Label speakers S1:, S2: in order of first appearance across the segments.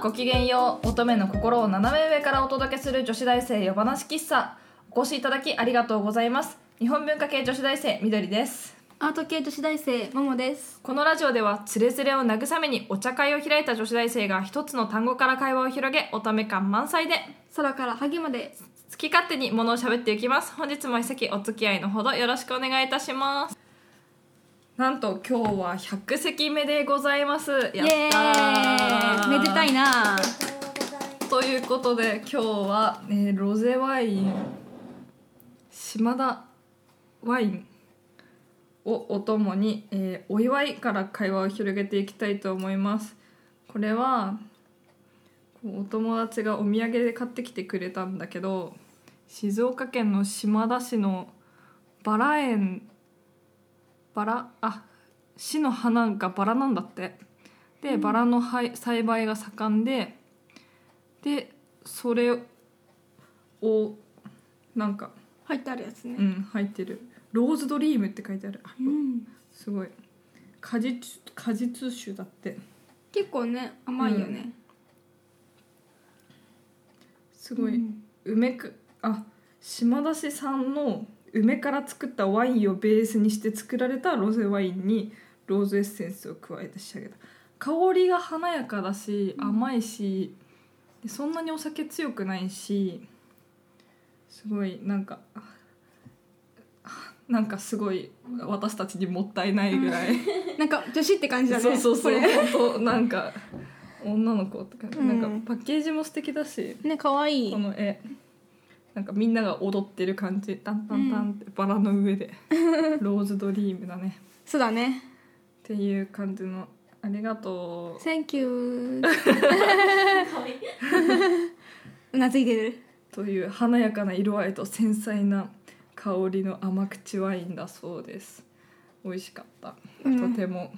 S1: ごきげんよう乙女の心を斜め上からお届けする女子大生夜話喫茶お越しいただきありがとうございます日本文化系女子大生みどりです
S2: アート系女子大生ももです
S1: このラジオではつれづれを慰めにお茶会を開いた女子大生が一つの単語から会話を広げ乙女感満載で
S2: 空から萩まで
S1: 好き勝手にものを喋っていきます本日も一席お付き合いのほどよろしくお願いいたしますなんと今日は100席目でございますやった
S2: イエーイめでたいな
S1: ということで今日は、えーロゼワイン島田ワインをお供に、えーお祝いから会話を広げていきたいと思いますこれはこうお友達がお土産で買ってきてくれたんだけど静岡県の島田市のバラ園バラあ市の花がバラなんだってでバラのはい栽培が盛んででそれをなんか
S2: 入ってあるやつね
S1: うん入ってる「ローズドリーム」って書いてあるあ
S2: うん
S1: すごい果実果実酒だって
S2: 結構ね甘いよね、
S1: すごい、
S2: うん
S1: 梅くあ島田市産の梅から作ったワインをベースにして作られたロゼワインにローズエッセンスを加えて仕上げた香りが華やかだし
S2: うん
S1: 甘いし、でそんなにお酒強くないしすごいなんか あなんかすごい私たちにもったいないぐらい、
S2: なんか女子って感じだね
S1: そうそう
S2: こ
S1: そう
S2: れ
S1: 本当なんか女の子って感じ、
S2: うん
S1: なんかパッケージも素敵だし
S2: ね可愛い
S1: この絵なんかみんなが踊ってる感じタンタンタンってバラの上で、 ローズドリームだね
S2: そうだね
S1: っていう感じのありがとう
S2: Thank you うなずいてる
S1: という華やかな色合いと繊細な香りの甘口ワインだそうです美味しかった、
S2: うん
S1: とても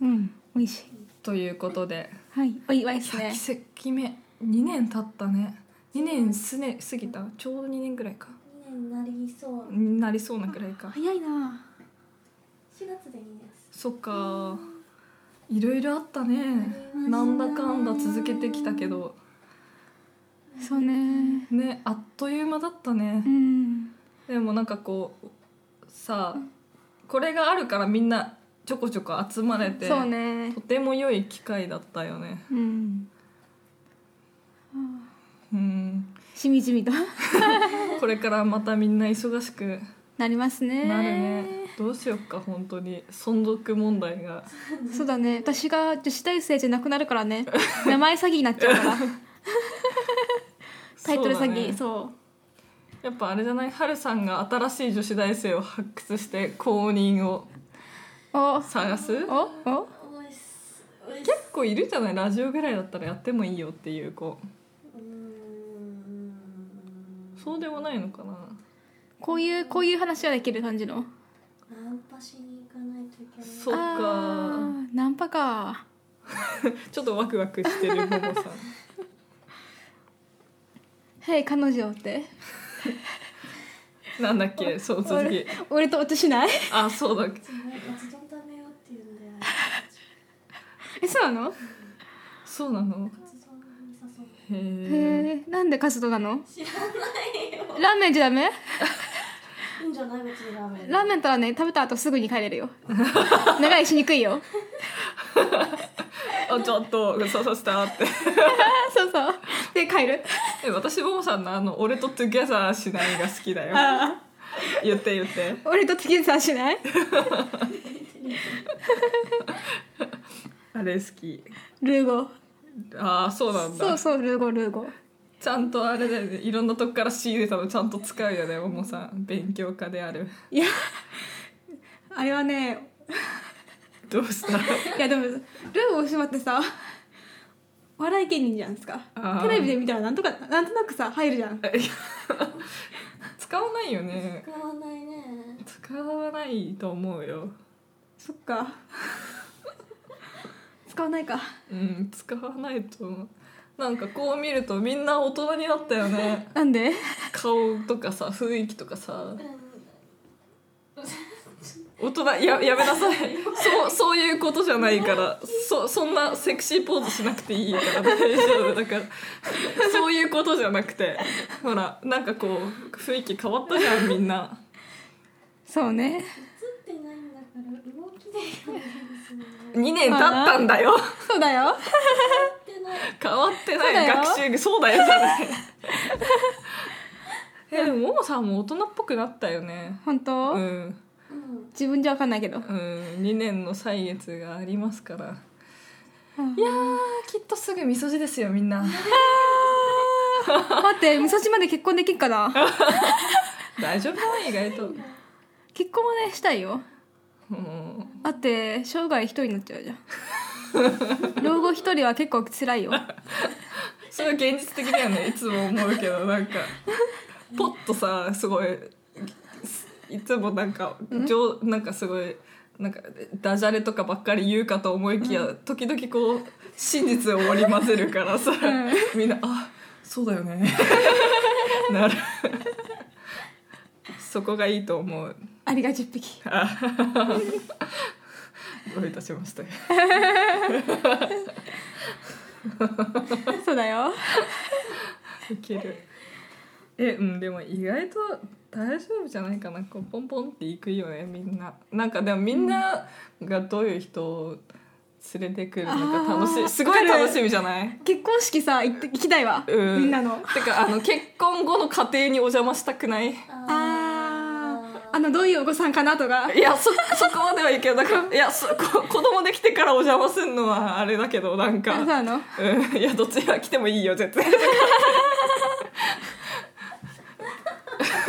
S2: うん美味しい
S1: ということで
S2: はいお祝いですね
S1: 100席目2年経ったね2年すね過ぎたちょうど2年ぐらいか
S3: 2年になりそう
S1: になりそうなくらいか
S2: 早いな
S3: 4月で2年です
S1: そっかいろいろあったねなんだかんだ続けてきたけど
S2: そうね
S1: ねあっという間だったね
S2: うん
S1: でもなんかこうさあこれがあるからみんなちょこちょこ集まれて
S2: そうね
S1: とても良い機会だったよね
S2: うん
S1: うん
S2: しみじみと
S1: これからまたみんな忙しく
S2: なりますね
S1: なるね、どうしよっか本当に存続問題が
S2: そうだね私が女子大生じゃなくなるから ね名前詐欺になっちゃう からタイトル
S1: そう
S2: 詐
S1: だね
S2: 欺そう,、
S1: やっぱあれじゃない春さんが新しい女子大生を発掘して公認を探す結
S2: おお
S3: おいっすおいっす
S1: 構いるじゃないラジオぐらいだったらやってもいいよっていう子
S3: うーん
S1: そうでもないのかな
S2: こういうこういう話はできる感じの
S3: ナンパしに行かないといけない
S1: そうか
S2: あーナンパか
S1: ちょっとワクワクしてるももさん
S2: 「へい彼女」って
S1: なんだっけそう続き
S2: 俺と落としない
S1: あそうだ
S3: なんかずっと食べようって言うんだよね
S2: えそうなの
S1: そうなの
S3: カツ丼に誘う
S1: へえ
S2: へえなんでカストなの知らないよラーメンじゃダメ
S3: いいんじゃない別にラーメン
S2: ラーメンとはね食べた後すぐに帰れ るよ長いしにくいよ
S1: あちょっとそうそうしたって
S2: あそうそうで帰る
S1: え私ももさんのあの「俺とトゥギャザーしない」が好きだよ
S2: あ
S1: 言って言って
S2: ー俺と付き合いさしない
S1: あれ好き
S2: ルーゴ
S1: ああそうなんだ
S2: そうそうルーゴルーゴ
S1: ちゃんとあれだよねいろんなとこから仕入れたのちゃんと使うよねももさん勉強家である
S2: いやあれはね
S1: どう した
S2: いやでもルーゴ大島ってさお笑い芸人じゃないですか
S1: あー
S2: テレビで見たらなんとかなんとなくさ入るじゃん
S1: 使わないよね
S3: 使わないね
S1: 使わないと思うよ
S2: そっか使わないか
S1: うん使わないと思うなんかこう見るとみんな大人になったよね
S2: なんで
S1: 顔とかさ雰囲気とかさ
S3: うん
S1: 大人ややめな さいそうそういうことじゃないからそそんなセクシーポーズしなくていいから大丈夫だからそういうことじゃなくてほらなんかこう雰囲気変わったじゃんみん な
S2: そうね
S3: ってないんだから動きでいないですね
S1: 2年経ったんだよ
S2: そうだよ
S3: 動いてない
S1: 変わってな
S2: そうだ
S1: い
S2: よ
S1: 学習そうだよじゃない えでもももさんも大人っぽくなったよね
S2: 本当、
S1: うん
S3: うん
S2: 自分じゃわかんないけど
S1: うん、2年の歳月がありますから
S2: うん
S1: いやーきっとすぐ味噌汁ですよみんな
S2: 待って味噌汁まで結婚できるかな
S1: 大丈夫だよ意外と
S2: 結婚はねしたいよ
S1: うん
S2: だって生涯一人になっちゃうじゃ ん老後一人は結構辛いよ
S1: それは現実的だよねいつも思うけどなんかポッとさすごいいつもなんか上なんかすごいなんかダジャレとかばっかり言うかと思いきや、時々こう真実を織り交ぜるからさ、みんな「あそうだよ ね」なるそこがいいと思う
S2: アリが10匹
S1: どういたしまして
S2: そうだよ
S1: いけるえうんでも意外と大丈夫じゃないかなこうポンポンっていくよねみんななんかでもみんながどういう人を連れてくるのか楽し
S2: あー
S1: いすごい楽しみじゃない
S2: 結婚式さ行って行きたいわ、
S1: うん
S2: みんなの
S1: てかあの結婚後の家庭にお邪魔したくないい
S2: あーあのどういうお子さんかなとか
S1: やそそこまではいけないだ からいやそこ子供できてからお邪魔するのはあれだけどなん
S2: そう
S1: か
S2: なの
S1: うんいやどっちが来てもいいよ絶対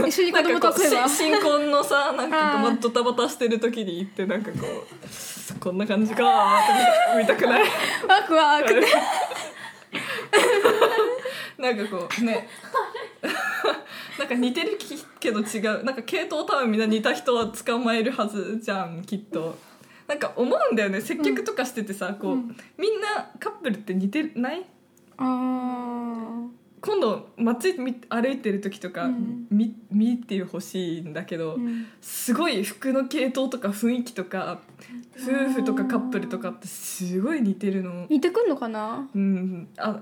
S2: 一緒に
S1: な
S2: 子
S1: んか
S2: 供
S1: ことう
S2: 来れば
S1: し 新婚のさなんかこ
S2: あ
S1: う
S2: ー
S1: ドタバタしてる時に行ってなんかこ うこんな感じかーって見たくない
S2: ワクワク
S1: なんかこうね なんか似てるきけど違うなんか系統多分みんな似た人は捕まえるはずじゃんきっと。なんか思うんだよね接客とかしててさ、こうみんなカップルって似てない
S2: あー
S1: 今度街み歩いてる時とか、
S2: うん
S1: み見てほしいんだけど、
S2: うん
S1: すごい服の系統とか雰囲気とか夫婦とかカップルとかってすごい似てるの。
S2: 似てくんのかな
S1: うん、あ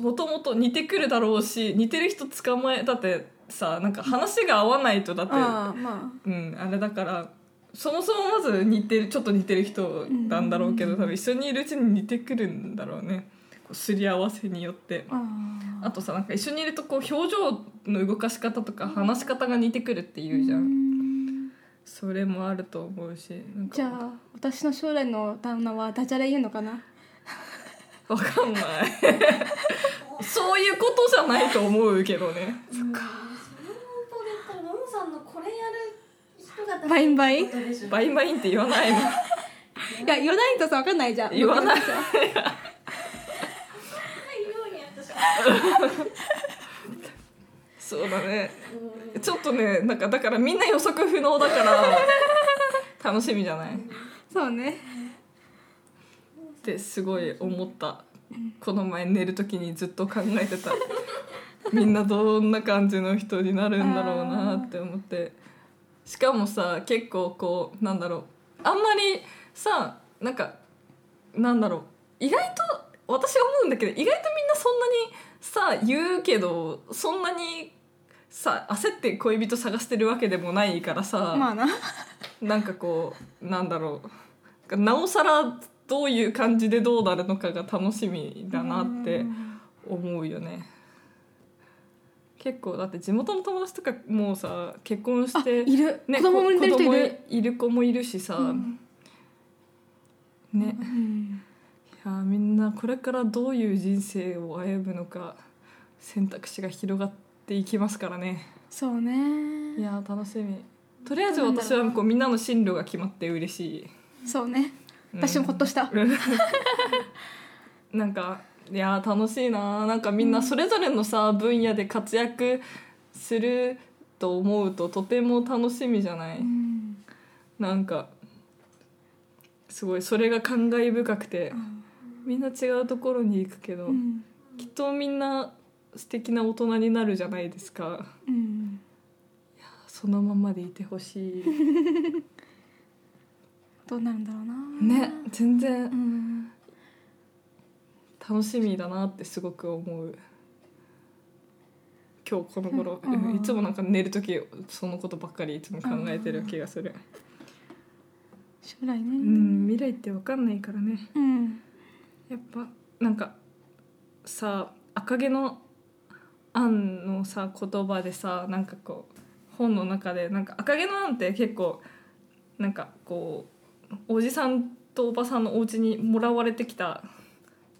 S1: もともと似てくるだろうし似てる人捕まえだってさなんか話が合わないとだって
S2: あーま
S1: うん、あれだからそもそもまず似てるちょっと似てる人なんだろうけど、多分一緒にいるうちに似てくるんだろうねこうすり合わせによって。
S2: ああ
S1: あとさなんか一緒にいるとこう表情の動かし方とか話し方が似てくるっていうじゃん、
S2: ん
S1: それもあると思うしなんか
S2: じゃあ私の将来の旦那はダジャレ言うのかな
S1: わかんない そういうことじゃないと思うけどね
S3: そっかその方法で言ったらマモさんのこれやる人が
S2: バインバイい
S3: ことでしょ
S1: バインバインって言わないの
S2: や言わないとさわかんないじゃん
S1: 言わない
S3: ないように私は
S1: そうだね
S3: うん
S1: ちょっとねなんかだからみんな予測不能だから楽しみじゃないっ
S2: そうね
S1: てすごい思ったこの前寝る時にずっと考えてたみんなどんな感じの人になるんだろうなって思ってしかもさ結構こうなんだろうあんまりさなんかなんだろう意外と私は思うんだけど意外とみんなそんなにさ言うけどそんなにさ焦って恋人探してるわけでもないからさ、
S2: まあな
S1: なんかこうなんだろうなおさらどういう感じでどうなるのかが楽しみだなって思うよね。結構だって地元の友達とかもうさ結婚し
S2: あ
S1: て
S2: いる、
S1: ね、
S2: 子供産んでる人い
S1: こ子
S2: る
S1: 供いる子もいるしさ、
S2: うん
S1: ね
S2: うん
S1: いやーみんなこれからどういう人生を歩むのか選択肢が広がっていきますからね
S2: そう
S1: い
S2: ね
S1: やー楽しみとりあえず私はこうみんなの進路が決まって嬉しい、
S2: そうね
S1: うん
S2: 私もほっとした
S1: うんなんかいやー楽しいなーなんかみんなそれぞれのさ分野で活躍すると思うととても楽しみじゃない、
S2: うん
S1: なんかすごいそれが感慨深くてみんな違うところに行くけど、
S2: うん
S1: きっとみんな素敵な大人になるじゃないですか
S2: うん
S1: そのままでいてほしい
S2: どうなるんだろうな
S1: ね全
S2: う
S1: 然
S2: ん
S1: 楽しみだなってすごく思う今日この頃、
S2: うん
S1: うんいつもなんか寝る時そのことばっかりいつも考えてる気がする
S2: 将来ね
S1: うん未来って分かんないからね
S2: うん
S1: やっぱなんかさ赤毛のアンのさ言葉でさなんかこう本の中でなんか赤毛のアンって結構なんかこうおじさんとおばさんのお家にもらわれてきた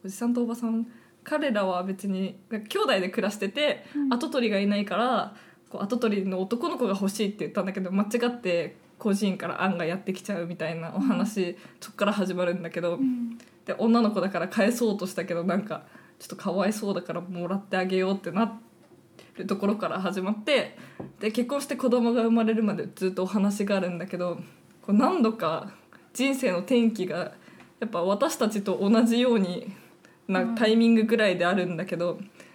S1: おじさんとおばさん彼らは別になんか兄弟で暮らしてて、
S2: うん
S1: 跡取りがいないからこう跡取りの男の子が欲しいって言ったんだけど間違って孤児院からアンがやってきちゃうみたいなお話、そっから始まるんだけど。
S2: うん
S1: で女の子だから返そうとしたけどなんかちょっとかわいそうだからもらってあげようってなるところから始まってで結婚して子供が生まれるまでずっとお話があるんだけどこう何度か人生の転機がやっぱ私たちと同じようにな
S2: うん
S1: タイミングぐらいであるんだけど、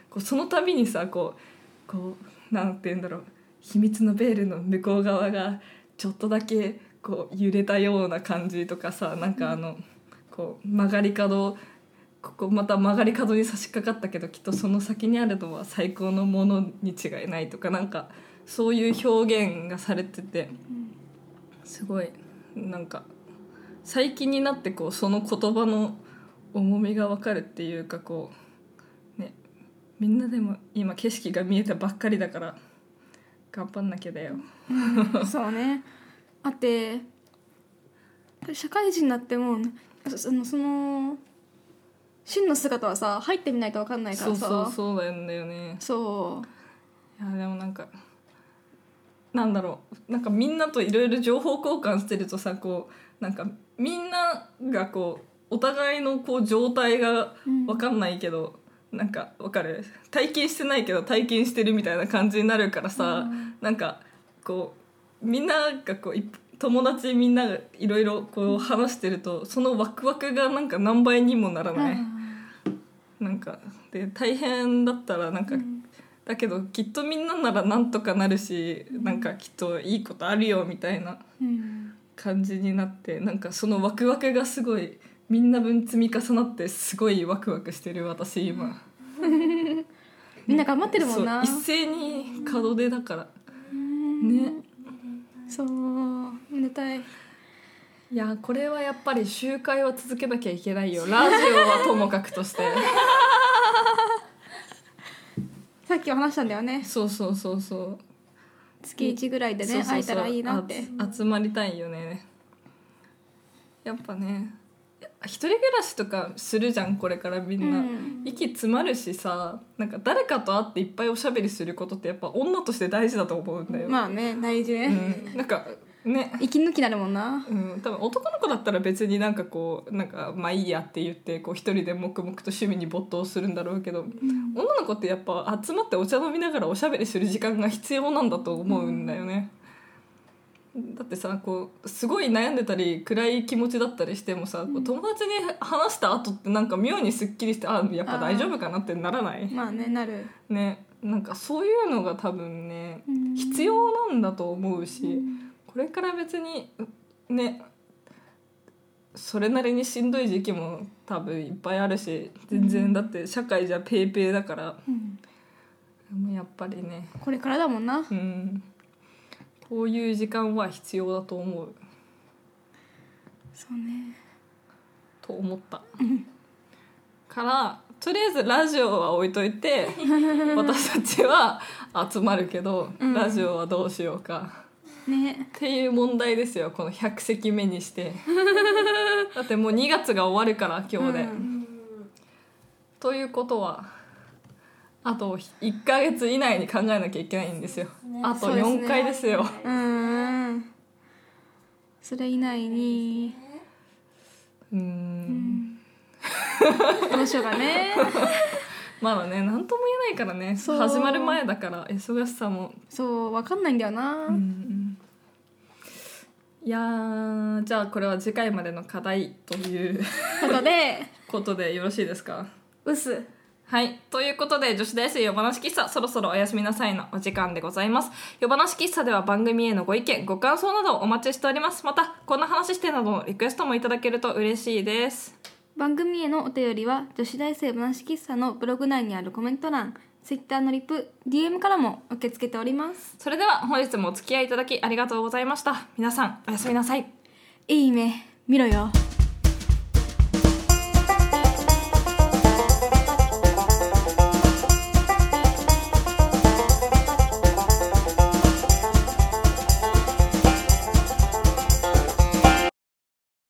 S1: こうその度にさこうこうなんて言うんだろう秘密のベールの向こう側がちょっとだけこう揺れたような感じとかさなんかあの、こう曲がり角ここまた曲がり角に差し掛かったけどきっとその先にあるのは最高のものに違いないとかなんかそういう表現がされててすごいなんか最近になってこうその言葉の重みがわかるっていうかこうねみんなでも今景色が見えたばっかりだから頑張んなきゃだよ。
S2: うんそうねあって社会人になってもそそのその真の姿はさ入ってみないと分かんないか
S1: そ
S2: ら
S1: う
S2: さ
S1: そうそうなんだよね。
S2: そう
S1: いやでもなんかなんだろうなんかみんなといろいろ情報交換してるとさこうなんかみんながこうお互いのこう状態が
S2: うん
S1: わかんないけど、なんかわかる体験してないけど体験してるみたいな感じになるからさ、
S2: うん
S1: なんかこうみんながこうい友達みんながいろいろこう話してるとそのワクワクがなんか何倍にもならない、なんかで大変だったらなんか、
S2: うん
S1: だけどきっとみんなならなんとかなるし、なんかきっといいことあるよみたいな
S2: うん
S1: 感じになってなんかそのワクワクがすごいみんな分積み重なってすごいワクワクしてる私今
S2: みんな頑張ってるもんな
S1: そう一斉に門出だから
S2: うん
S1: ね
S2: そうめでたい
S1: いやこれはやっぱり集会は続けなきゃいけないよラジオはともかくと して
S2: さっき話したんだよね
S1: そうそうそうそう
S2: 月1ぐらいでね
S1: そうそうそう
S2: 会えたらいいなって
S1: あつ集まりたいよねやっぱね一人暮らしとかするじゃんこれからみんな、
S2: うん
S1: 息詰まるしさなんか誰かと会っていっぱいおしゃべりすることってやっぱ女として大事だと思うんだよ、
S2: まあね大事
S1: う
S2: ね、
S1: ん、なんかね
S2: 息抜きなるもんな
S1: うん、多分男の子だったら別になんかこうなんかまあいいやって言ってこう一人で黙々と趣味に没頭するんだろうけど、女の子ってやっぱ集まってお茶飲みながらおしゃべりする時間が必要なんだと思うんだよね、だってさこうすごい悩んでたり暗い気持ちだったりしてもさ、こう友達に話した後ってなんか妙にすっきりしてあやっぱ大丈夫かなってならない
S2: まあねなる
S1: ねなんかそういうのが多分ね必要なんだと思うし、これから別にねそれなりにしんどい時期も多分いっぱいあるし全然だって社会じゃペーペーだから、
S2: うん
S1: もうやっぱりね
S2: これからだもんな
S1: うんこういう時間は必要だと思う
S2: そうね
S1: と思った、からとりあえずラジオは置いとい て私たちは集まるけど、
S2: うん
S1: ラジオはどうしようか
S2: ね
S1: っていう問題ですよこの100席目にして だってもう2月が終わるから今日で、
S2: うん
S3: うん
S1: ということはあと1ヶ月以内に考えなきゃいけないんですよ
S3: ね
S1: あと
S2: そうですね
S1: 4回ですよ
S2: うーんそれ以内に
S1: うーん
S2: どうしようかね
S1: まだね何とも言えないからね
S2: そう
S1: 始まる前だから忙しさも、
S2: そうわかんないんだよな、
S1: うんいやーじゃあこれは次回までの課題という
S2: ということで
S1: ことでよろしいですか
S2: うす
S1: はい。ということで、女子大生夜話喫茶、そろそろおやすみなさいのお時間でございます。夜話喫茶では番組へのご意見、ご感想などをお待ちしております。また、こんな話してなどのリクエストもいただけると嬉しいです。
S2: 番組へのお便りは女子大生話喫茶のブログ内にあるコメント欄 Twitter のリプ DM からも受け付けております
S1: それでは、本日もお付き合いいただきありがとうございました。皆さん、おやすみなさい。
S2: いい目見ろよ